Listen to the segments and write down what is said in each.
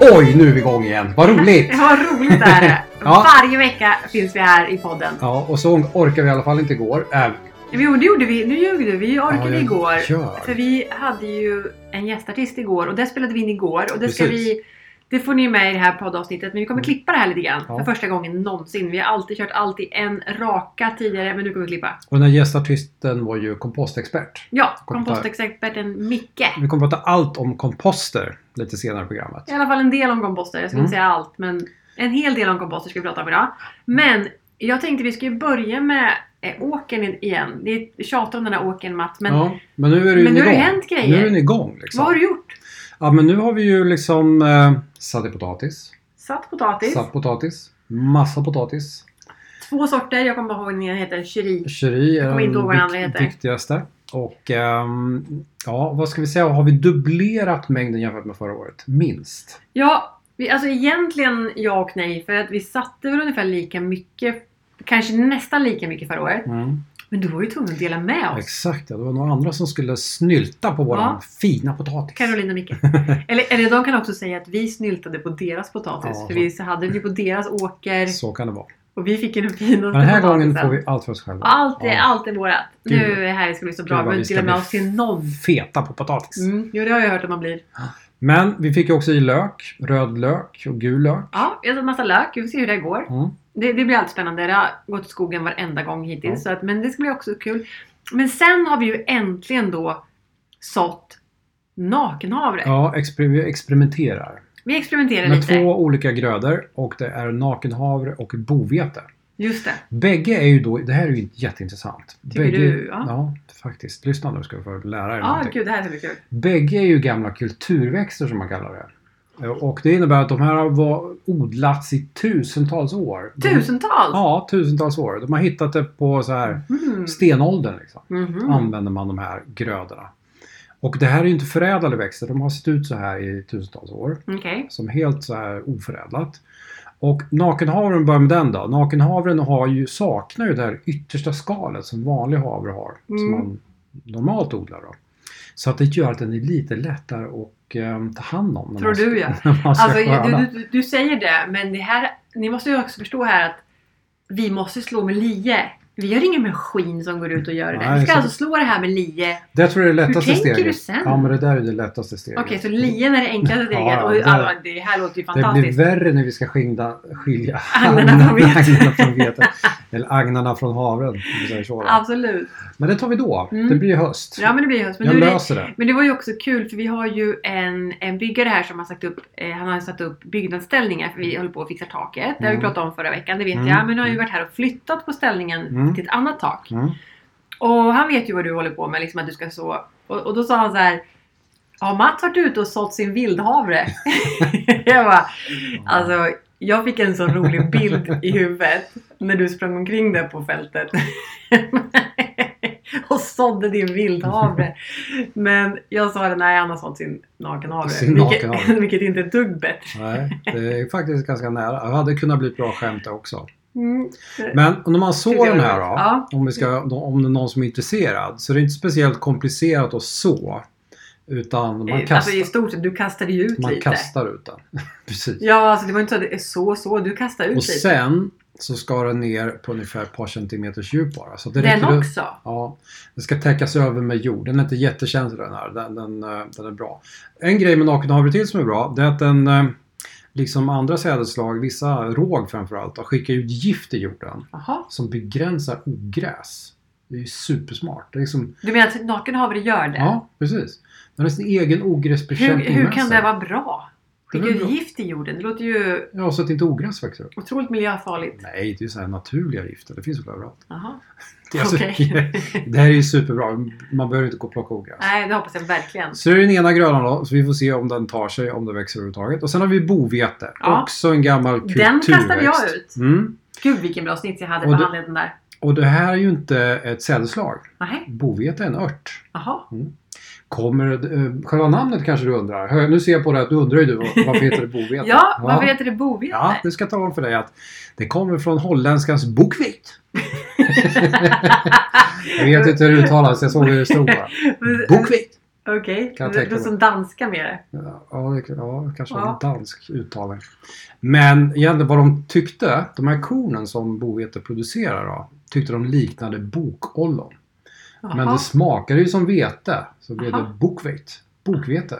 Oj, nu är vi igång igen. Vad roligt! Ja, vad roligt det här är Ja. Varje vecka finns vi här i podden. Ja, och så orkar vi i alla fall inte igår. Äh, Jo, det gjorde vi. Nu ljög du. Vi orkade ja, jag igår. gör. För vi hade ju en gästartist igår och det spelade vi in igår. Och det, ska Precis. vi, det får ni med i det här poddavsnittet. Men vi kommer Mm. klippa det här lite grann. Ja. För första gången någonsin. Vi har alltid kört allt i en raka tidigare. Men nu kommer vi klippa. Och den här gästartisten var ju kompostexpert. Ja, Kommentar. kompostexperten Micke. Vi kommer prata allt om komposter lite senare i programmet. I alla fall en del om komposter. Jag ska Mm. inte säga allt, men en hel del om komposter ska vi prata om idag. Men jag tänkte vi skulle börja med eh, åkern igen. Det är tjatar om den här åkern Matt, men ja, men nu är det ju men nu har det igång. hänt grejer. Nu är den igång. Liksom. vad har du gjort? Ja, men nu har vi ju liksom eh, satt i potatis, Satt potatis. satt potatis, massa potatis. Två sorter. Jag kommer bara ihåg den ena heter Cheri. Cheri är kommer inte ihåg vad den andra vik- heter. viktigaste. Och ehm, ja, vad ska vi säga? Har vi dubblerat mängden jämfört med förra året? Minst. Ja, vi, alltså egentligen ja och nej. För att vi satte väl ungefär lika mycket. Kanske nästan lika mycket förra året. Mm. Men du var ju tvungen att dela med oss. Exakt, ja. det var några andra som skulle snylta på våran Ja. fina potatis. Caroline och Micke. Eller, eller de kan också säga att vi snyltade på deras potatis. Ja. för vi så hade vi på deras åker. Så kan det vara. Och vi fick ju den finaste Men den här potatisen. gången får vi allt för oss själva. Allt är, Ja. allt är vårat. Gud. Nu är det här det ska bli så bra. Gud, vad Vi vi behöver ska inte med bli- oss till någon. Feta på potatis. Mm. Jo, det har jag hört att man blir. Men vi fick ju också i lök, röd lök och gul lök. Ja, jag har en massa lök. Vi får se hur det här går. Mm. Det, det blir alltid spännande. Det har gått åt skogen varenda gång hittills. Ja. Så att, men det ska bli också kul. Men sen har vi ju äntligen då sått nakenhavre. Ja, exper- vi experimenterar. Vi experimenterar Med lite. två olika grödor och det är nakenhavre och bovete. Just det. Bägge är ju då, det här är ju jätteintressant. Tycker Bägge, du? Ja. Ja. faktiskt. Lyssna nu ska du få lära dig Ja, någonting. gud det här ska bli kul. Bägge är ju gamla kulturväxter som man kallar det. Och det innebär att de här har var- odlats i tusentals år. De- Tusentals! Ja, tusentals år. De har hittat det på så här Mhm. stenåldern. Liksom. Mhm. Använder man de här grödorna. Och det här är ju inte förädlade växter. De har sett ut så här i tusentals år Okej. som helt så här oförädlat. Och nakenhavren börjar med den då. Nakenhavren har ju, saknar ju det här yttersta skalet som vanlig havre har. Som Mm. man normalt odlar då. Så att det gör att den är lite lättare att eh, ta hand om. när Tror man ska- du, ja. När man ska Alltså, skörda. du, du, du säger det, men det här, ni måste ju också förstå här att vi måste slå med lie. Vi gör ingen maskin som går ut och gör det. Nej, vi ska så- alltså slå det här med lie. Det tror jag är det Hur lättaste tänker steget. du sen? Ja men det där är det lättaste steget. Okej, så lien är det enklaste steget. Ja, och, det- alltså, det här låter ju det blir fantastiskt. värre när vi ska skilja, skilja Agnarna från vetet. agnarna från vetet. Eller agnarna från havren. om vi säger så då. Absolut. Men det tar vi då. Mm. Det blir ju höst. Ja, men det blir höst. Men, jag nu, är det, löser det. men det var ju också kul för vi har ju en, en byggare här som har sagt upp, eh, han har satt upp byggnadsställningar för vi håller på att fixa taket. Det har vi Mm. pratat om förra veckan, det vet Mm. jag. Men nu har ju varit här och flyttat på ställningen Mm. till ett annat tak. Mm. Och han vet ju vad du håller på med, liksom att du ska så. Och, och då sa han så här. Har Mats varit ute och sått sin vildhavre? jag bara, alltså, jag fick en sån rolig bild i huvudet när du sprang omkring där på fältet. och sådde din vildhavre. Men jag sa det, nej han har sått sin nakenhavre. Sin nakenhavre. Vilket, vilket inte är ett dugg bättre. Nej, det är faktiskt ganska nära. Det hade kunnat bli ett bra skämt det också. Mm. Men när man sår den här då, Ja. om, vi ska, om det är någon som är intresserad, så det är inte speciellt komplicerat att så. Utan man Alltså i kastar, stort sett, du kastade ju ut man lite. kastar ut den. Precis. Ja, alltså det var inte så att det är så så. Du kastade ut Och lite. sen så ska den ner på ungefär ett par centimeters djup bara. Så det Den räcker att- också? Ja, den ska täckas över med jord. Den är inte jättekänslig den här. Den, den, eh, den är bra. En grej med nakenhavre till som är bra, det är att den eh, liksom andra sädesslag, vissa råg framförallt, då, skickar ut gift i jorden Jaha. som begränsar ogräs. Det är ju supersmart. Det är liksom, Du menar att nakenhavre gör det? ja, precis. Den har sin egen hur, ogräsbekämpning hur med kan sig. det vara bra? Det är Skicka ut bra. gift i jorden. Det låter ju Ja, så att inte ogräs växer upp. otroligt miljöfarligt. Nej, det är ju så här naturliga gifter. Det finns väl överallt. Jaha. Det, är alltså, Okej. det här är ju superbra. Man behöver inte gå och plocka ogräs. Nej, det hoppas jag verkligen. Så det är den ena grödan då, så vi får se om den tar sig, om den växer överhuvudtaget. Och sen har vi bovete. Ja. Också en gammal kulturväxt. Den kastade jag ut. Mm. Gud vilken bra snitt jag hade Och på du- handleden där. Och det här är ju inte ett sädesslag. Nej. Bovete är en ört. Jaha. Kommer eh, själva namnet kanske du undrar? Hör, Nu ser jag på dig att du undrar ju du vad- varför heter det bovete? Ja, varför heter det bovete? Ja, det ska jag tala om för dig att det kommer från holländskans bokvit. Jag vet inte hur det uttalas, jag såg hur det stod bara. Bokvit! Okej, Kan jag det tänka låter mig. som danska med det. Ja, det, ja kanske Ja. en dansk uttalning. Men egentligen vad de tyckte, de här kornen som bovete producerar då, tyckte de liknade bokollon. Men Jaha. det smakade ju som vete, så blev Jaha. det bokvit. Bokvete.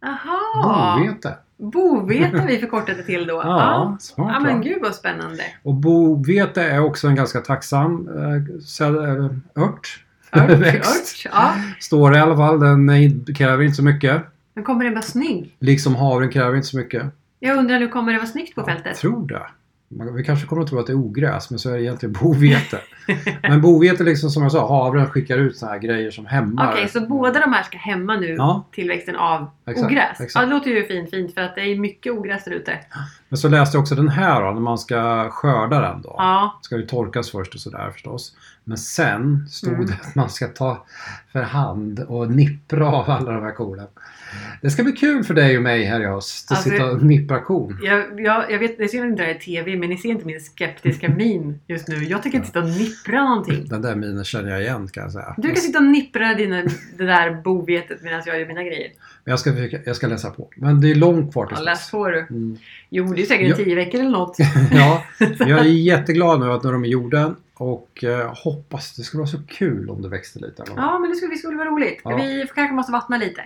Jaha! Bovete. Bovete vi förkortade till då. Ja, Ja, smart ja va? men gud vad spännande. Och bovete är också en ganska tacksam eh, säd- eh, ört. Ört, Växt. ört. Ja. Står det i alla fall. Den är- kräver inte så mycket. Men kommer den vara snygg? Liksom havren kräver inte så mycket. Jag undrar nu, kommer det vara snyggt på Jag fältet? tror det. Man- Vi kanske kommer att tro att det är ogräs men så är det egentligen bovete. men bovete liksom som jag sa, havren skickar ut såna här grejer som hämmar. Okej, så båda de här ska hämma nu Ja, tillväxten av Exakt, ogräs? exakt. Ja, det låter ju fint, fint för att det är mycket ogräs där ute. men så läste jag också den här då, när man ska skörda den då. Ja, Ska ju torkas först och sådär förstås. Men sen stod Mm. det att man ska ta för hand och nippra av alla de här kornen. Det ska bli kul för dig och mig här i höst att Alltså- sitta och nippra korn. jag, jag, jag vet, det ser inte det här i TV, men ni ser inte min skeptiska min just nu. Jag tänker inte sitta och nippra någonting. Den där minen känner jag igen kan jag säga. Du kan sitta och nippra dina, det där bovetet medan jag gör mina grejer. Men jag, ska försöka, jag ska läsa på. Men det är långt kvar Ja, tills läs dess. på du. Mm. Jo, det är säkert Ja. tio veckor eller något. Ja, men jag är jätteglad nu att när de är jorden och eh, hoppas det skulle vara så kul om det växte lite. Ja, Ja, men det skulle, det skulle vara roligt. Ja. Vi kanske måste vattna lite.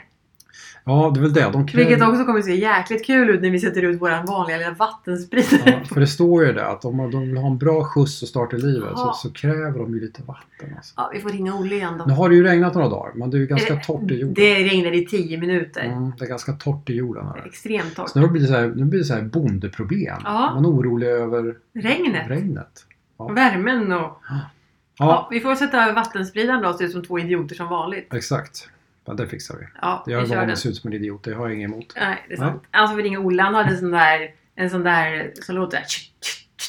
ja det är väl det. De kräver- Vilket också kommer att se jäkligt kul ut när vi sätter ut våran vanliga lilla vattensprit. Ja, för det står ju det att om man- de vill ha en bra skjuts och start i livet Ja. så, så kräver de ju lite vatten. Alltså. Ja, vi får ringa Olle igen då. Nu har det ju regnat några dagar men det är ju ganska torrt i jorden. Eh, Det regnade i 10 minuter. Mm, det är ganska torrt i jorden. Här. Extremt torrt. Så nu blir det så här, nu blir det så här bondeproblem. Ja. Man är orolig över Regnet. regnet. Ja. Värmen och... Ja. Ja, vi får sätta över vattenspridaren då och se ut som två idioter som vanligt. exakt. Ja, det fixar vi. Ja, Jag är vi kör van den. att se ut som en idiot, det har jag inget emot. Nej, det är sant. Alltså vi ringer Olle. Han hade en sån där... En sån där som låter... där.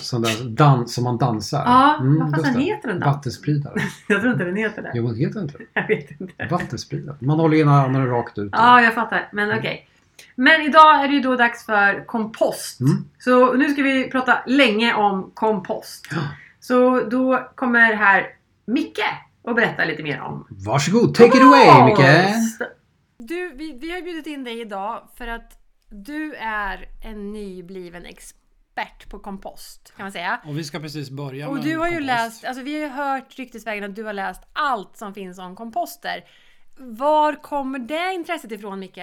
Sån där dans som man dansar. Ja, vad Mm, just fasen det. heter den då? Vattenspridare. Jag tror inte den heter det. Jo, den heter inte det. Jag vet inte. Ja, Vattenspridare. Man håller ena handen rakt ut. jag fattar. Men Mm. okej. Men idag är det ju då dags för kompost. Mm. Så nu ska vi prata länge om kompost. Ja. Så då kommer här Micke och berätta lite mer om Varsågod, take it away Micke! Du, vi, vi har bjudit in dig idag för att du är en nybliven expert på kompost kan man säga. Och vi ska precis börja Och du har ju läst, alltså vi har ju hört ryktesvägen att du har läst allt som finns om komposter. Var kommer det intresset ifrån Micke?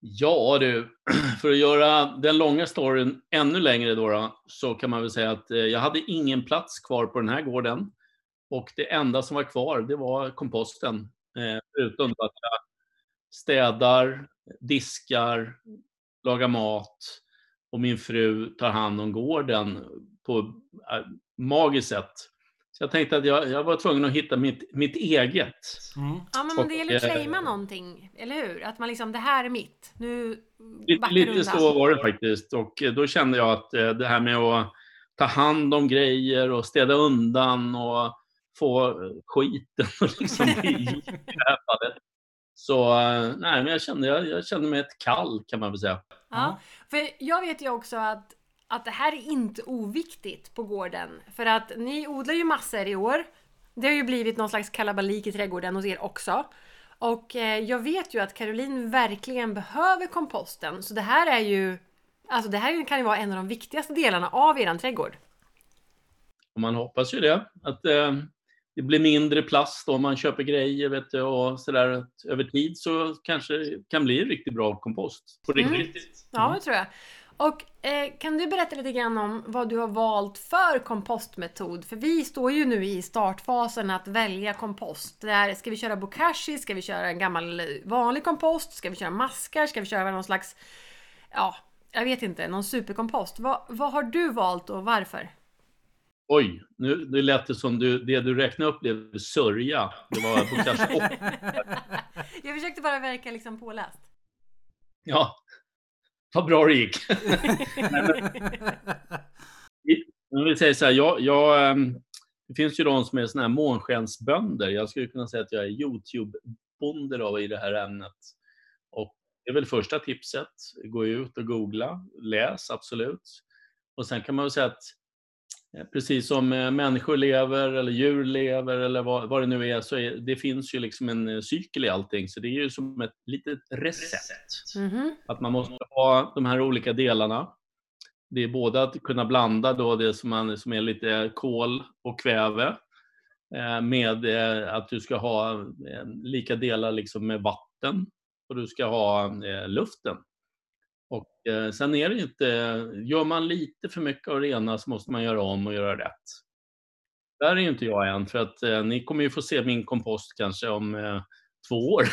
Ja du, för att göra den långa storyn ännu längre då, då så kan man väl säga att eh, jag hade ingen plats kvar på den här gården. Och det enda som var kvar, det var komposten. Eh, Förutom då att jag städar, diskar, lagar mat och min fru tar hand om gården på eh, magiskt sätt. Så jag tänkte att jag, jag var tvungen att hitta mitt, mitt eget. Mm, Ja men det gäller att Och, eh, claima någonting, eller hur? Att man liksom, det här är mitt. Nu Lite, backar du lite undan. så var det faktiskt. Och eh, då kände jag att eh, det här med att ta hand om grejer och städa undan och få eh, skiten och liksom bli i det här fallet. Så eh, nej, men jag kände, jag, jag kände mig ett kall kan man väl säga. Ja, för jag vet ju också att, att det här är inte oviktigt på gården. För att ni odlar ju massor i år. Det har ju blivit någon slags kalabalik i trädgården hos er också. Och eh, jag vet ju att Caroline verkligen behöver komposten. Så det här är ju... Alltså det här kan ju vara en av de viktigaste delarna av eran trädgård. Och man hoppas ju det. Att eh, det blir mindre plast om man köper grejer vet du, och sådär. Över tid så kanske det kan bli riktigt bra kompost. På Mm. riktigt. Ja, det tror jag. Och eh, kan du berätta lite grann om vad du har valt för kompostmetod? För vi står ju nu i startfasen att välja kompost. Där ska vi köra bokashi? Ska vi köra en gammal eh, vanlig kompost? Ska vi köra maskar? Ska vi köra någon slags, ja, jag vet inte, någon superkompost? Vad- vad har du valt och varför? Oj, nu, nu lät det som du, det du räknade upp blev sörja. Det var på kanske åtta. jag försökte bara verka liksom påläst. Ja, vad bra det gick. Men vi säger så här, jag, jag, ehm, det finns ju de som är såna här månskensbönder. Jag skulle kunna säga att jag är YouTube ponder av i det här ämnet. Och det är väl första tipset. Gå ut och googla. Läs, absolut. Och sen kan man väl säga att eh, precis som eh, människor lever eller djur lever eller vad, vad det nu är, så är, det finns ju liksom en eh, cykel i allting. Så det är ju som ett litet recept. Mhm. Att man måste ha de här olika delarna. Det är både att kunna blanda då det som, man, som är lite kol och kväve eh, med eh, att du ska ha eh, lika delar liksom med vatten och du ska ha eh, luften. Och eh, sen är det ju inte, gör man lite för mycket av det ena så måste man göra om och göra rätt. Där är ju inte jag än för att eh, ni kommer ju få se min kompost kanske om eh, två år.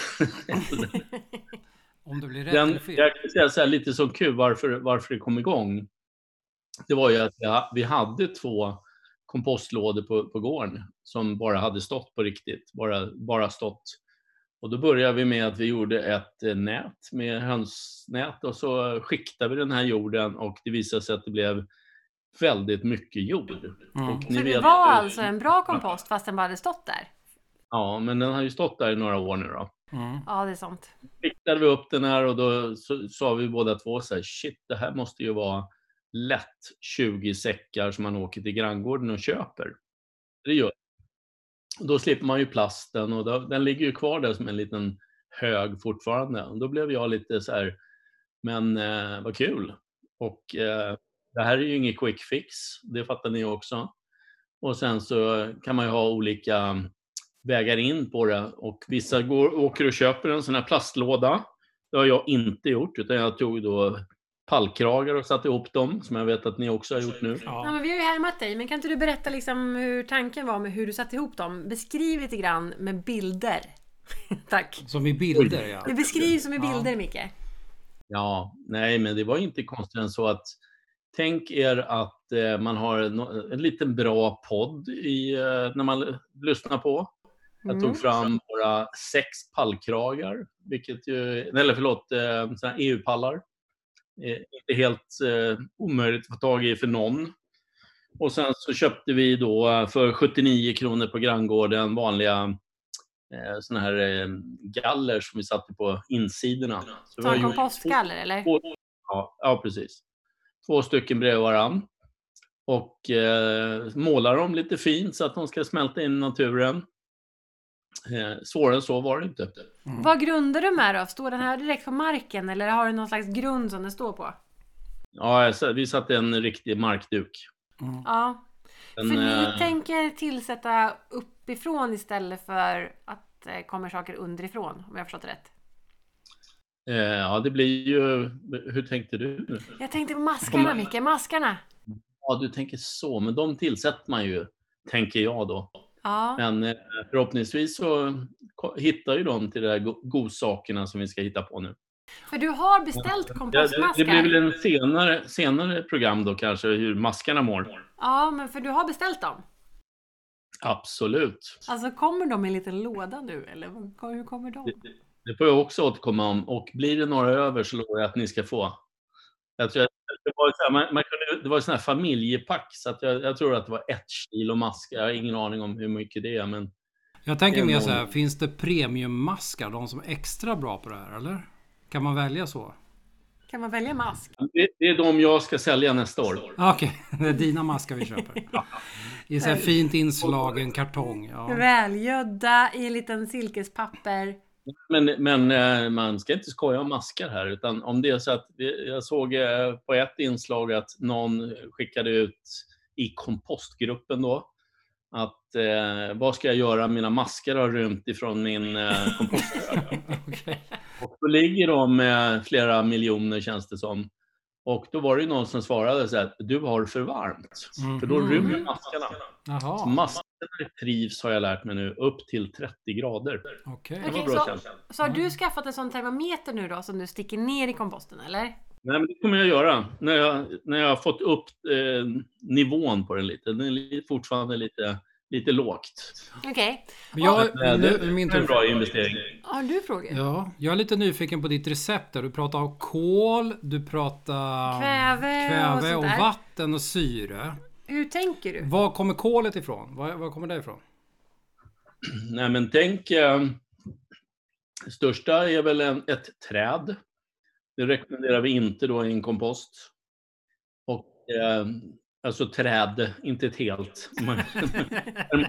Om det blir rätt Den, eller fel. jag kan säga så här, lite som kul varför, varför det kom igång. Det var ju att jag, vi hade två kompostlådor på, på gården som bara hade stått på riktigt. Bara, bara stått. Och då började vi med att vi gjorde ett eh, nät med hönsnät och så skiktade vi den här jorden och det visade sig att det blev väldigt mycket jord. Mm. Och Så det vet- var alltså en bra kompost fast den bara hade stått där? Ja, men den har ju stått där i några år nu då. Mm. Ja, det är sånt. riktade vi upp den här och då så- sa vi båda två så här, shit, det här måste ju vara lätt 20 säckar som man åker till granngården och köper. Det gör och Då slipper man ju plasten och då, den ligger ju kvar där som en liten hög fortfarande. Och då blev jag lite så här, men eh, vad kul. Och eh, det här är ju ingen quick fix, det fattar ni också. Och sen så kan man ju ha olika vägar in på det. Och vissa går, åker och köper en sån här plastlåda. Det har jag inte gjort, utan jag tog då pallkragar och satte ihop dem, som jag vet att ni också har gjort nu. Ja, men vi har ju härmat dig, men kan inte du berätta liksom hur tanken var med hur du satte ihop dem? Beskriv lite grann med bilder. Tack! Som i bilder ja. Det beskrivs som i bilder, Micke. Ja, nej, men det var inte konstigt än så att tänk er att eh, man har en, en liten bra podd i, eh, när man l- lyssnar på. Jag Mm. tog fram våra sex pallkragar, vilket ju, eller förlåt, eh, såna här EU-pallar. Eh, inte helt eh, omöjligt att få tag i för någon. Och sen så köpte vi då eh, för 79 kronor på granngården vanliga eh, såna här eh, galler som vi satte på insidorna. Så vi har Som gjort- kompostgaller, eller? Ja, ja precis. Två stycken bredvid varann. Och eh, målar dem lite fint så att de ska smälta in i naturen. Eh, svårare än så var det inte. Vad grundar du med då? Står den här direkt på marken eller har du någon slags grund som den står på? Ja, jag sa- vi satte en riktig markduk. Mm. Ja, En, för ni eh, tänker tillsätta uppifrån istället för att det kommer saker underifrån, om jag har förstått det rätt. eh, ja, det blir ju... Hur tänkte du? nu? Jag tänkte på maskarna, Micke. Maskarna! Ja, du tänker så, men de tillsätter man ju, tänker jag då. Ja, Men eh, förhoppningsvis så ko- hittar ju de till de där go- godsakerna som vi ska hitta på nu. för du har beställt Ja, det, det blir väl kompostmaskar. en senare, senare program då kanske, hur maskarna mår. Ja, men för du har beställt dem. Absolut. Alltså kommer de i en liten låda nu eller vad- hur kommer de? Det får jag också återkomma om. Och blir det några över så lovar jag att ni ska få. Jag tror att det var, så här, man, man kunde, det var sån här familjepack, så att jag, jag tror att det var ett kilo maskar. Jag har ingen aning om hur mycket det är, men Jag tänker mer så här, finns det premiummaskar? De som är extra bra på det här eller? Kan man välja så? Kan man välja mask? det, det är de jag ska sälja nästa år. Ah, Okej, det är dina maskar vi köper. I så här fint inslagen kartong. Ja. Välgödda i en liten silkespapper. Men, men eh, man ska inte skoja om maskar här, utan om det är så att vi- jag såg eh, på ett inslag att någon skickade ut i kompostgruppen då att eh, vad ska jag göra? Mina maskar har rymt ifrån min eh, kompost. Okej. Och då ligger de eh, flera miljoner känns det som. Och då var det ju någon som svarade så här, du har för varmt. För då Mhm. rymmer maskarna. Så Jaha, maskarna trivs har jag lärt mig nu upp till 30 grader. okej. Det var Okej, bra så- känsla. Så har du skaffat en sån termometer nu då som du sticker ner i komposten eller? Nej, men det kommer jag göra när jag, när jag har fått upp eh, nivån på den lite. Den är li- fortfarande lite, lite lågt. Okej, Men jag, Eh, nu det, är det min det är en tur. bra investering. har du frågor? Ja, jag är lite nyfiken på ditt recept där. Du pratar om kol, du pratar Kväve och kväve sånt och, där. vatten och syre. Hur tänker du? Var kommer kolet ifrån? Var, var kommer det ifrån? Nej, men tänk eh, Det största är väl en, ett träd. Det rekommenderar vi inte då i en kompost. Och, eh, alltså träd, inte ett helt.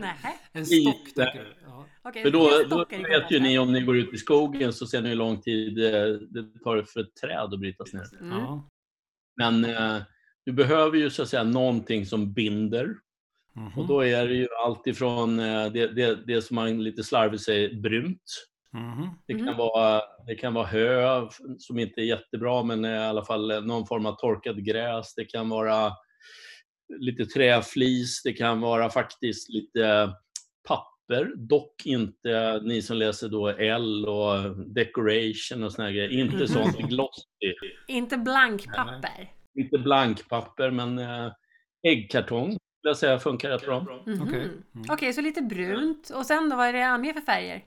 Nähä. En stock tycker du? Ja. Okej, Mm. För då, det då stockar i vet ju kontraktet. ni om ni går ut i skogen så ser ni hur lång tid eh, det tar för ett träd att brytas ner. Mm. ja. Men eh, du behöver ju så att säga någonting som binder. Mhm. Och då är det ju allt ifrån eh, det, det, det som man lite slarvigt säger brunt. Mhm. Det kan, Mhm. vara, det kan vara hö som inte är jättebra men eh, i alla fall eh, någon form av torkat gräs. Det kan vara lite träflis. Det kan vara faktiskt lite papper. Dock inte eh, ni som läser då L och decoration och såna här grejer. Inte sånt glossy. Inte blankpapper. Inte blankpapper men eh, äggkartong skulle jag säga funkar rätt bra. Mhm. Okej. Okej, Mm. så lite brunt. Och sen då, vad är det mer för färger?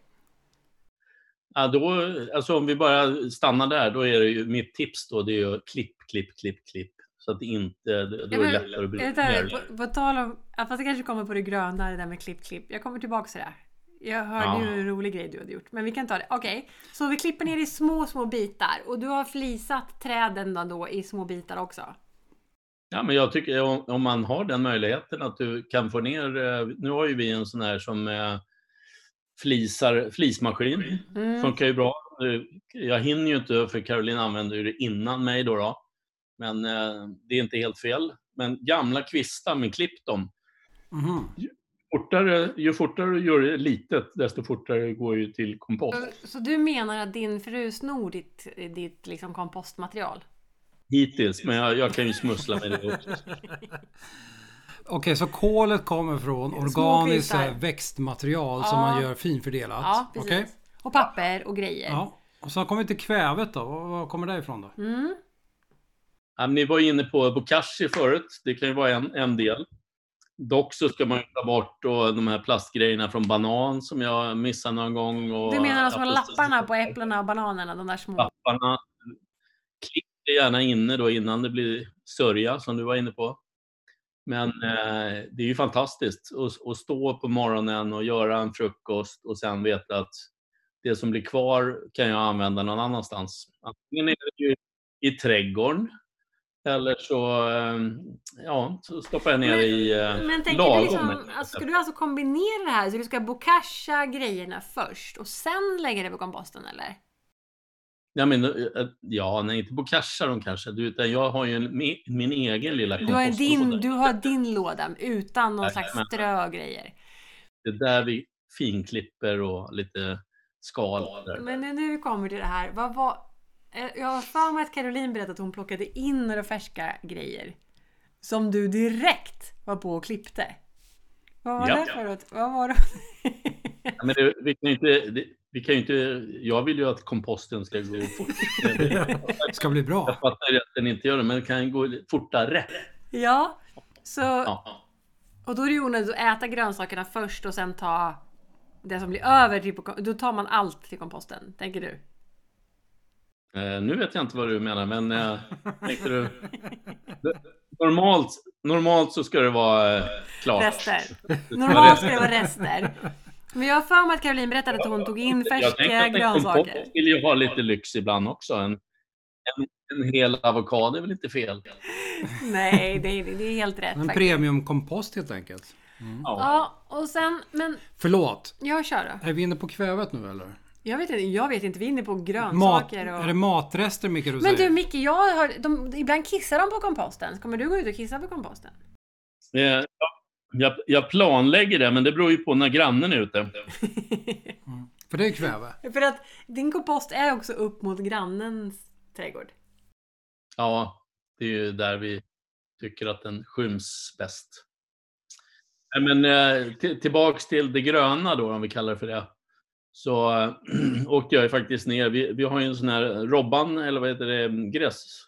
Ja, då, alltså om vi bara stannar där, då är det ju mitt tips då, det är ju klipp, klipp, klipp, klipp. Så att det inte, då är det Ja, men- lättare att bli Jag tar, ner. på, på tal om, ja, fast det kanske kommer på det gröna, det där med klipp, klipp. Jag kommer tillbaka till det. här. Jag hörde Ja. ju en rolig grej du hade gjort, men vi kan ta det. Okej, så vi klipper ner i små, små bitar och du har flisat träden då, då i små bitar också. Ja, men jag tycker om, om man har den möjligheten att du kan få ner, eh, nu har ju vi en sån här som eh, flisar, flismaskin, Mm. funkar ju bra. Eh, Jag hinner ju inte för Caroline använder ju det innan mig då. då. Men eh, det är inte helt fel. Men gamla kvistar, men klipp dem. Mhm. fortare, ju fortare du gör det litet, desto fortare går ju till kompost. Så- Så du menar att din fru snor ditt, ditt liksom kompostmaterial? Hittills, men jag, jag kan ju smussla med det också. Okej, så kolet kommer från organiskt kvistar. så här växtmaterial som Ja. man gör finfördelat? Ja, precis. Okej. Och papper och grejer. Ja. Och så kommer vi till kvävet då. Var, var kommer det ifrån då? Mm. Ja, men ni var inne på bokashi förut, det kan ju vara en, en del. Dock så ska man ju ta bort då, de här plastgrejerna från banan som jag missade någon gång. Och Du menar de små Ja, precis. lapparna på äpplena och bananerna, de där små? Lapparna. Klipp det gärna inne då innan det blir sörja som du var inne på. Men eh, det är ju fantastiskt att, att stå på morgonen och göra en frukost och sen veta att det som blir kvar kan jag använda någon annanstans. Antingen är det ju i trädgården eller så, eh, ja, så stoppar jag ner Men- i eh, Men tänker lagom. du liksom, alltså, ska du alltså kombinera det här? Så du ska bokasha grejerna först och sen lägga det på komposten eller? Ja, men, eh, ja, nej, inte bokashi de kanske, du, utan jag har ju en, min, min egen lilla Du har, kompost och sådär. din, du har din låda utan någon slags Jajamän. strö och grejer. Det är där vi finklipper och lite skal. där. Men nu- nu kommer till det här. Vad var... eh, Jag har för mig att Caroline berättade att hon plockade in några färska grejer. Som du direkt var på och klippte. Vad var Ja. det för något? Vad var det? Ja, Men det, vi kan ju inte, det, vi kan ju inte, jag vill ju att komposten ska gå fort. Men det- Ska bli Jag bra. fattar ju att den inte gör det, men den kan gå fortare. ja. Så, Ja. Och då är det ju onödigt att äta grönsakerna först och sen ta det som blir över. Till, på- då tar man allt till komposten, tänker du? Eh, nu vet jag inte vad du menar, men eh, tänkte du? Normalt, normalt så ska det vara eh, klart. Rester. Normalt ska det vara rester. Men jag har för mig att Caroline berättade att hon tog in Jag tänkte färska att en grönsaker. kompost vill ju ha lite lyx ibland också. En, en, en hel avokado är väl inte fel? Nej, det är, det är helt rätt En faktiskt. premiumkompost helt enkelt. Mm. Ja, och sen, men Förlåt, jag kör då. är vi inne på kvävet nu eller? Jag vet inte, jag vet inte, vi är inne på Mat, grönsaker är det och... matrester Micke du Men säger? du Micke, jag hör, de, ibland kissar de på komposten. Kommer du gå ut och kissa på komposten? Eh, ja, Jag, jag planlägger det, men det beror ju på när grannen är ute. För det är kväve. För att din kompost är också upp mot grannens trädgård. Ja, det är ju där vi tycker att den skyms bäst. Nej, Men eh, till- tillbaks till det gröna då, om vi kallar det för det. Så eh, åkte jag ju faktiskt ner. Vi, vi har ju en sån här Robban, eller vad heter det, gräs,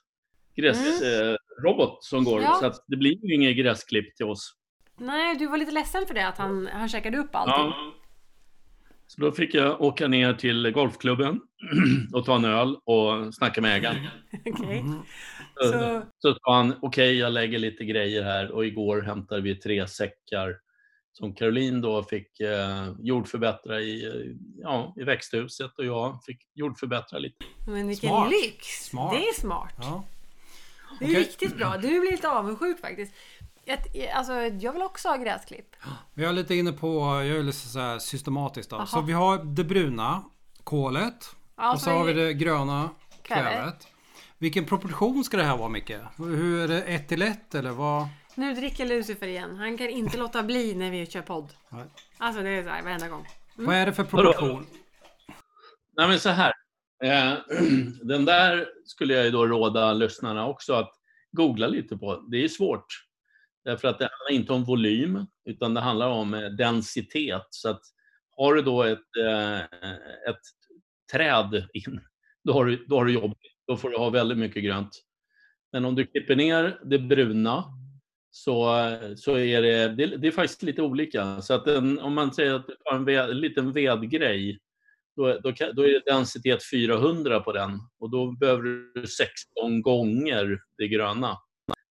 gräsrobot eh, robot som går. Ja. Så att det blir ju inget gräsklipp till oss. Nej, du var lite ledsen för det att han, han käkade upp allting. Ja. Så då fick jag åka ner till golfklubben och ta en öl och snacka med ägaren. Okej. Mm. Så, Så, sa han, okej jag lägger lite grejer här och igår hämtade vi tre säckar som Caroline då fick eh, jordförbättra i, eh, ja, i växthuset och jag fick jordförbättra lite. Men vilken Smart. lyx! Smart. Det är smart. Ja. Det är Okej. riktigt bra. Du blir lite avundsjuk faktiskt. Ett, alltså, jag vill också ha gräsklipp. Vi är lite inne på, jag är lite så här systematiskt då. Jaha. Så vi har det bruna, kolet. Ja, och så så har vi är- det gröna, Alltså Kvävet. kvävet. Vilken proportion ska det här vara Micke? Hur är det, ett till ett eller vad? Nu dricker Lucifer igen. Han kan inte låta bli när vi kör podd. Nej. Alltså det är så här varenda gång. Vad är det för proportion? Nej, men så här. Eh, Den där skulle jag ju då råda lyssnarna också att googla lite på. Det är svårt. Därför att det handlar inte om volym, utan det handlar om eh, densitet. Så att har du då ett, eh, ett träd in, då har du, då har du jobb. Då får du ha väldigt mycket grönt. Men om du klipper ner det bruna så, eh, så är det, det, det är faktiskt lite olika. Så att en, om man säger att du har en, ved, en liten vedgrej då, då, kan, då är det densitet 400 på den och då behöver du 16 gånger det gröna.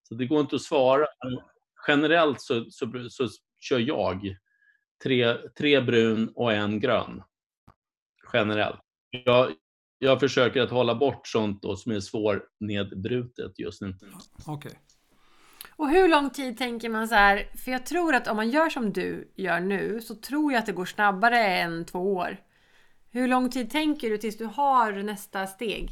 Så det går inte att svara. Generellt så, så, så kör jag tre, tre brun och en grön. Generellt. Jag, jag försöker att hålla bort sånt då som är svårnedbrutet just nu. Okej. Och hur lång tid tänker man så här? För jag tror att om man gör som du gör nu så tror jag att det går snabbare än två år. Hur lång tid tänker du tills du har nästa steg?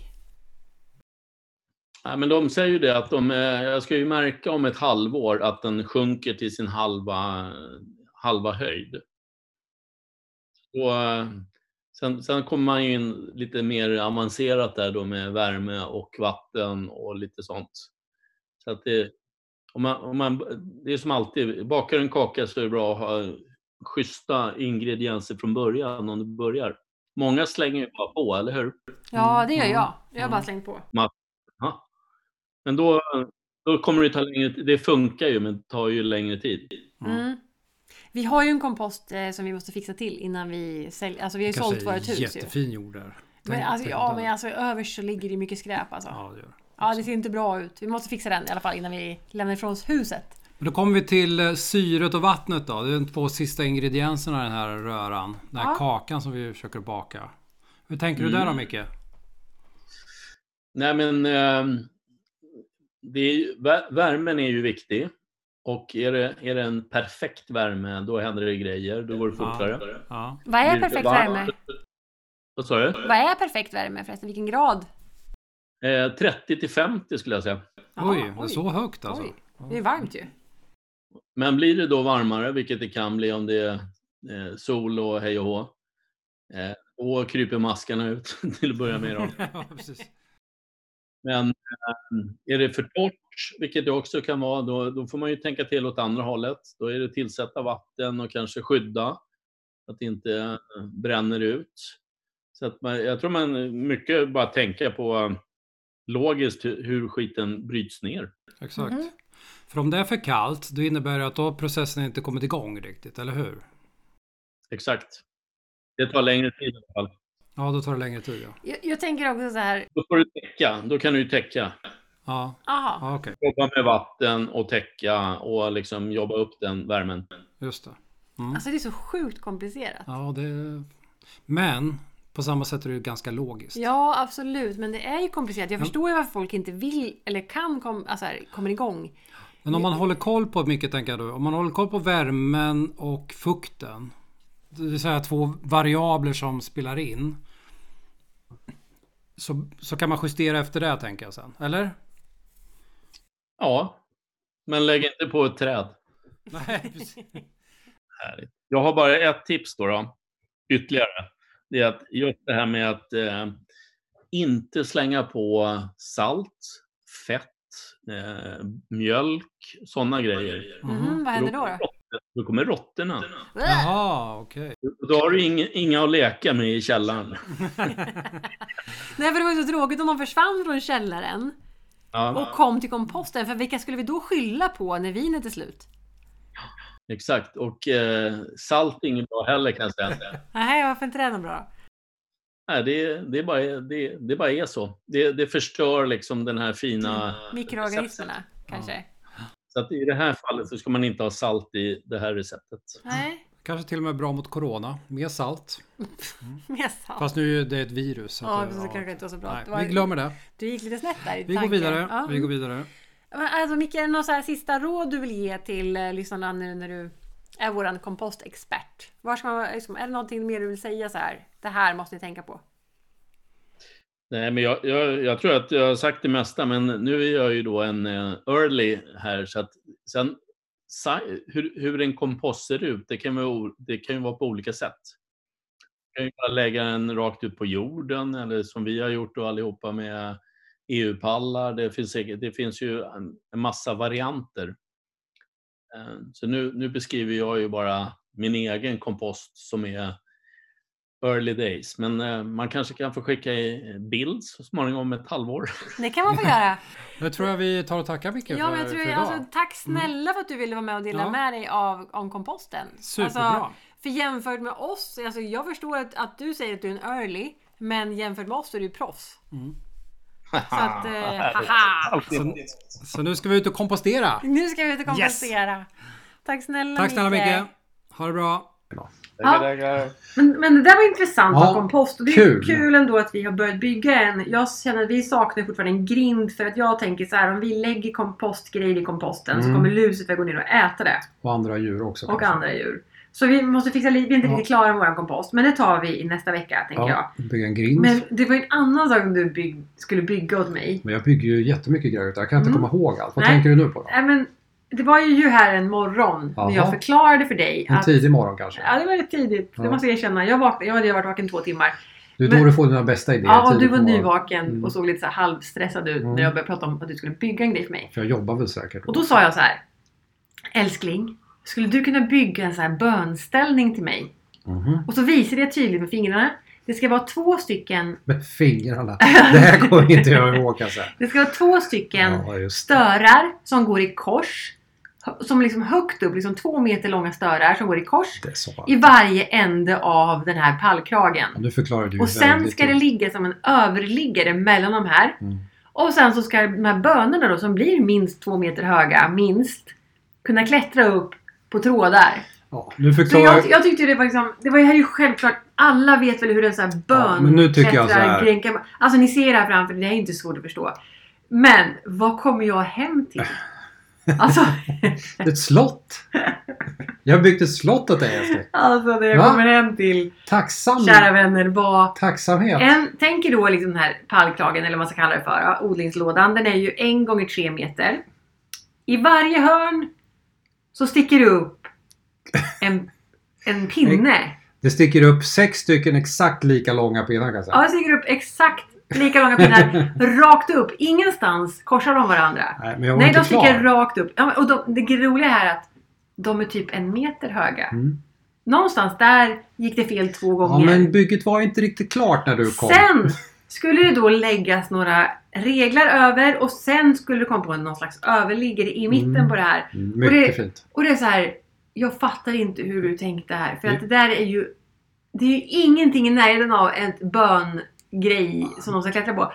Nej, men de säger ju det att de, eh, jag ska ju märka om ett halvår att den sjunker till sin halva, halva höjd. Och, eh, sen, sen kommer man ju in lite mer avancerat där då med värme och vatten och lite sånt. Så att det, om man, om man, det är som alltid, bakar du en kaka så är det bra att ha schyssta ingredienser från början om du börjar. Många slänger ju bara på, eller hur? Ja, det gör Mm. jag. Jag har Mm. bara slängt på. Men då, då kommer det ta längre tid. Det funkar ju, men det tar ju längre tid. Mm. Mm. Vi har ju en kompost eh, som vi måste fixa till innan vi säljer. Alltså vi har ju sålt vårt hus ju. jättefin jord där. Men Tänk- alltså, tänk ja, där. men alltså överst så ligger det mycket skräp alltså. Ja, det gör det. Ja, det ser inte bra ut. Vi måste fixa den i alla fall innan vi lämnar ifrån oss huset. Men Då kommer vi till eh, syret och vattnet då. Det är de två sista ingredienserna i den här röran. Den här Ja. kakan som vi försöker baka. Hur tänker du Mm. där då Micke? Nej, men eh, det är, ju- vär- värmen är ju viktig. Och är det, är det en perfekt värme, då händer det grejer. Då går det Ja. fortare. Ja. Vad är Blir det perfekt varmt? värme? Vad sa du? Vad är perfekt värme förresten? Vilken grad? Eh, 30 till 50 skulle jag säga. Jaha, Oj, det är så högt alltså. Oj, det är varmt ju. Men blir det då varmare, vilket det kan bli om det är eh, sol och hej och hå, eh, då kryper maskarna ut till att börja med. Då. ja, precis. Men eh, är det för torrt, vilket det också kan vara, då, då får man ju tänka till åt andra hållet. Då är det tillsätta vatten och kanske skydda så att det inte eh, bränner ut. Så att man, jag tror man mycket bara tänka på eh, logiskt hur, hur skiten bryts ner. Exakt. Mhm. För om det är för kallt, då innebär det att då har processen inte kommit igång riktigt, eller hur? Exakt. Det tar längre tid i alla fall. Ja, då tar det längre tid ja. Jag, jag tänker också så här. Då får du täcka. Då kan du ju täcka. Ja, Aha. ja okej. Jobba med vatten och täcka och liksom jobba upp den värmen. Just det. Mm. Alltså det är så sjukt komplicerat. Ja, det... Men på samma sätt är det ju ganska logiskt. Ja, absolut. Men det är ju komplicerat. Jag förstår ju varför folk inte vill eller kan kom, alltså här, kommer igång. Men om man håller koll på mycket tänker jag då. Om man håller koll på värmen och fukten. Det vill säga två variabler som spelar in. Så, så kan man justera efter det tänker jag sen. Eller? Ja, men lägg inte på ett träd. Nej, precis. Härligt. Jag har bara ett tips då, då ytterligare. Det är att just det här med att eh, inte slänga på salt, fett, eh, mjölk, sådana grejer. Mm-hmm. Mhm, Mm-hmm. Vad händer då? då? Då kommer råttorna. Jaha, okej. Och Då har du inga, inga att leka med i källaren. Nej, för det var ju så tråkigt om de försvann från källaren Ja, och kom till komposten. För vilka skulle vi då skylla på när vinet är slut? exakt. Och eh, salt är inget bra heller kan jag säga. Nej, varför inte det någon bra? Nej, det, det, bara, är- det, det bara är så. Det, det förstör liksom den här fina... Mm. Mikroorganismerna kanske? Så att i det här fallet så ska man inte ha salt i det här receptet. Nej, Kanske till och med bra mot corona. Mer salt. mer salt. Fast nu är det ett virus. så att ja, det- så det kanske inte var så bra. Nej, Det var- vi glömmer det. Du gick lite snett där i Vi går tanken. vidare. Ja. Vi går vidare. Men alltså Micke, är det något så här sista råd du vill ge till eh, lyssnarna nu när du är våran kompostexpert? Var ska man, liksom, är det någonting mer du vill säga så här? Det här måste ni tänka på. Nej, men jag, jag, jag tror att jag har sagt det mesta, men nu är jag ju då en eh, early här, så att sen sa- hur, hur en kompost ser ut, det kan, vara, o- det kan ju vara på olika sätt. Man kan ju bara lägga den rakt ut på jorden eller som vi har gjort då allihopa med EU-pallar. Det finns, säkert- det finns ju en, en massa varianter. Eh, Så nu, nu beskriver jag ju bara min egen kompost som är early days. Men eh, man kanske kan få skicka i eh, bild så småningom om ett halvår. Det kan man få göra. Nu tror jag vi tar och tackar Micke ja, men jag för, för tror, idag. Mm. alltså, tack snälla för att du ville vara med och dela Ja. med dig av, om komposten. Superbra. Alltså, för jämfört med oss, alltså, jag förstår att, att du säger att du är en early, men jämfört med oss så är du proffs. Mm. Så att, eh, haha! Så nu ska vi ut och kompostera. Nu ska vi ut och kompostera. Tack snälla Tack snälla Micke. Ha det bra. Men, men det där var intressant Ja, om kompost. Och det är kul. kul. kul ändå att vi har börjat bygga en. Jag känner att vi saknar fortfarande en grind för att jag tänker så här om vi lägger kompostgrejer i komposten så Mm. kommer luset att gå ner och äta det. Och andra djur också. Och kanske. andra djur. Så vi måste fixa lite, vi är inte Ja. riktigt klara med vår kompost. Men det tar vi i nästa vecka tänker jag. Ja, bygga en grind. Men Men... det var ju en annan sak som du bygg, skulle bygga åt mig. jag bygger ju jättemycket grejer. utav- Jag kan inte Mm. komma ihåg allt. Vad Nej. tänker du nu på då? Nej, Äh, men, det var ju här en morgon när jag Jaha. förklarade för dig En att... tidig morgon kanske? Ja, det var rätt tidigt. Det Ja. måste jag erkänna. Jag, vaknade, jag hade varit vaken två timmar. det är då men- du får dina bästa idéer. Ja, och du tidigt var på morgonen. nyvaken Mm. och såg lite så här halvstressad ut Mm. när jag började prata om att du skulle bygga en grej för mig. För jag jobbar väl säkert. Och då sa jag så här. Älskling, skulle du kunna bygga en så här bönställning till mig? Mhm. Och så visade jag tydligt med fingrarna. Det ska vara två stycken, Med fingrarna. Det här kommer inte jag ihåg kan jag säga. det ska vara två stycken Ja, just det. störar som går i kors. hö- Som liksom högt upp, liksom två meter långa störar som går i kors. Det sa jag. I varje ände av den här pallkragen. Ja, Nu förklarar du ju Och sen väldigt ska det mycket. ligga som en överliggare mellan de här. Mm. Och sen så ska de här bönorna då som blir minst två meter höga, minst, kunna klättra upp på trådar. Ja, nu Så förklarar jag, jag tyckte det var liksom, det var ju här är ju självklart, alla vet väl hur en sån här Ja, men bön nu tycker jag så här. gränka- Alltså ni ser det här framför er, det är inte svårt att förstå. Men vad kommer jag hem till? Alltså, Ett slott! Jag har byggt ett slott åt dig älskling. alltså det jag Va? kommer hem till, Tacksam... kära vänner, var Tacksamhet. En, tänk er då liksom den här pallkragen, eller vad man ska kalla det för, ja, odlingslådan. Den är ju en gånger tre meter. I varje hörn så sticker det upp en, en pinne. Det sticker upp sex stycken exakt lika långa pinnar kan jag säga. Ja, det sticker upp exakt lika långa pinnar rakt upp. Ingenstans korsar de varandra. Nej, men jag var Nej, inte de klar. sticker rakt upp. Ja, men- och de, det roliga här är att de är typ en meter höga. Mm. Någonstans där gick det fel två Ja, gånger. men bygget var inte riktigt klart när du kom. Sen skulle det då läggas några regler över och sen skulle det komma på någon slags överliggare i mitten Mm. på det här. Mm, Mycket det- fint. Och det är så här, jag fattar inte hur du tänkte här. För att Mm. det där är ju, det är ju ingenting i närheten av ett böngrej som de ska klättra på.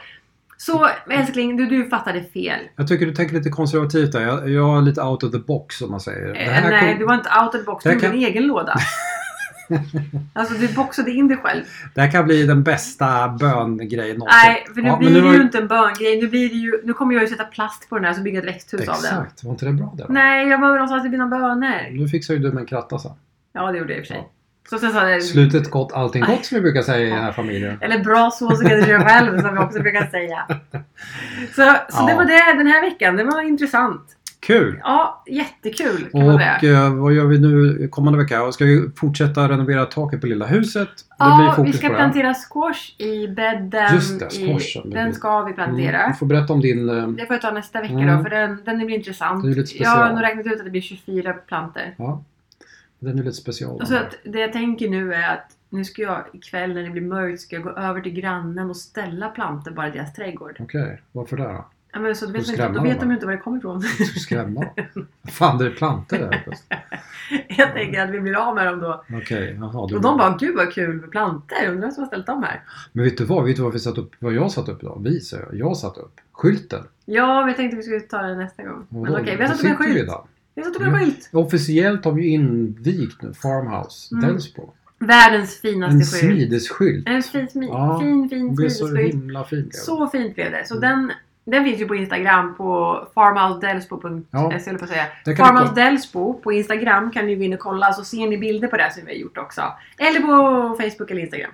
Så älskling, du, du fattade fel. Jag tycker du tänker lite konservativt där. Jag, jag är lite out of the box som man säger. Det Eh, Nej, kom- du var inte out of the box, Det du här gjorde en egen låda. alltså du boxade in dig själv. Det här kan bli den bästa böngrejen någonsin. Nej, för nu Ja, men blir det var- ju inte en böngrej. Nu, blir det ju, nu kommer jag ju sätta plast på den här så bygga ett växthus av den. Exakt, var inte det bra det? då? Nej, jag behöver någonstans till mina bönor. Nu fixar ju du med en kratta sen. Ja, det gjorde jag i och för sig. Så sen sa jag, Slutet gott, allting gott som vi brukar säga i den här familjen. eller bra så så kan du köra själv som vi också brukar säga. Så, så det Ja. var det den här veckan. Det var intressant. Kul! Ja, jättekul kan man säga. Och eh, vad gör vi nu kommande vecka? Ska vi fortsätta renovera taket på lilla huset? Det Ja, blir vi fokus ska på det. plantera squash i bädden. Just det, i, squashen. Det Den blir- ska vi plantera. Mm, du får berätta om din... eh, Det får jag ta nästa vecka Mm. då, för den, den blir intressant. Den är lite jag har special. nog räknat ut att det blir 24 planter. Ja, den är lite special. Så att det jag tänker nu är att nu ska jag ikväll när det blir mörkt ska jag gå över till grannen och ställa plantor bara i deras trädgård. Okej, varför det då? Ja, men så Får då vet, man inte, skrämma då dem, vet de va? ju inte var det kommer ifrån. Du ska skrämma dem. Fan, det är plantor där uppe. Jag tänker att vi blir av med dem då. Okej, jaha. Du... Och de bara, gud vad kul med plantor. Undrar vem som har ställt dem här? Men vet du vad? Vet du vad, vi satt upp, vad jag satt upp idag? Vi, säger jag. Jag satt upp. Skylten. Ja, vi tänkte vi skulle ta det nästa gång. Men Vadå? okej, vi har Då Mm. satt upp sitter en vi skylt. där. Vi har satt upp en skylt. Officiellt har vi ju invigt nu Farmhouse Mm. Delsbo. Världens finaste En skylt. smidesskylt. En fin, smi- Ja, fin, Det fin blev så smidesskylt. himla fint. Så fint blev det. Så Mm. den, den finns ju på Instagram på farmhousdelsbo.se Ja. höll jag på att säga. Där kan ni Farmhouse kolla. Delsbo på Instagram kan ni gå in och kolla så ser ni bilder på det som vi har gjort också. Eller på Facebook eller Instagram.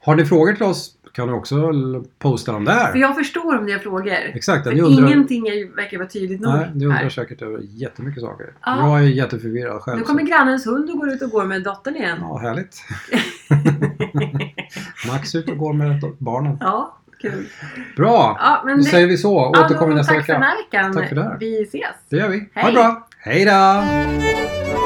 Har ni frågor till oss kan ni också l- posta dem där. För jag förstår om ni har frågor. Exakt, För ni undrar, ingenting är, ju- verkar vara tydligt nog nej, ni undrar här. säkert över jättemycket saker. Ja. Jag är jätteförvirrad själv. Nu kommer så- grannens hund och går ut och går med dottern igen. Ja, härligt. Max ut och går med do- barnen. Ja, kul. Bra! Ja, men Då det, säger vi så. ja, Återkommer då, nästa tack för den vecka. här veckan. Tack för det här. Vi ses. Det gör vi. Ha Hej. det bra! Hej då!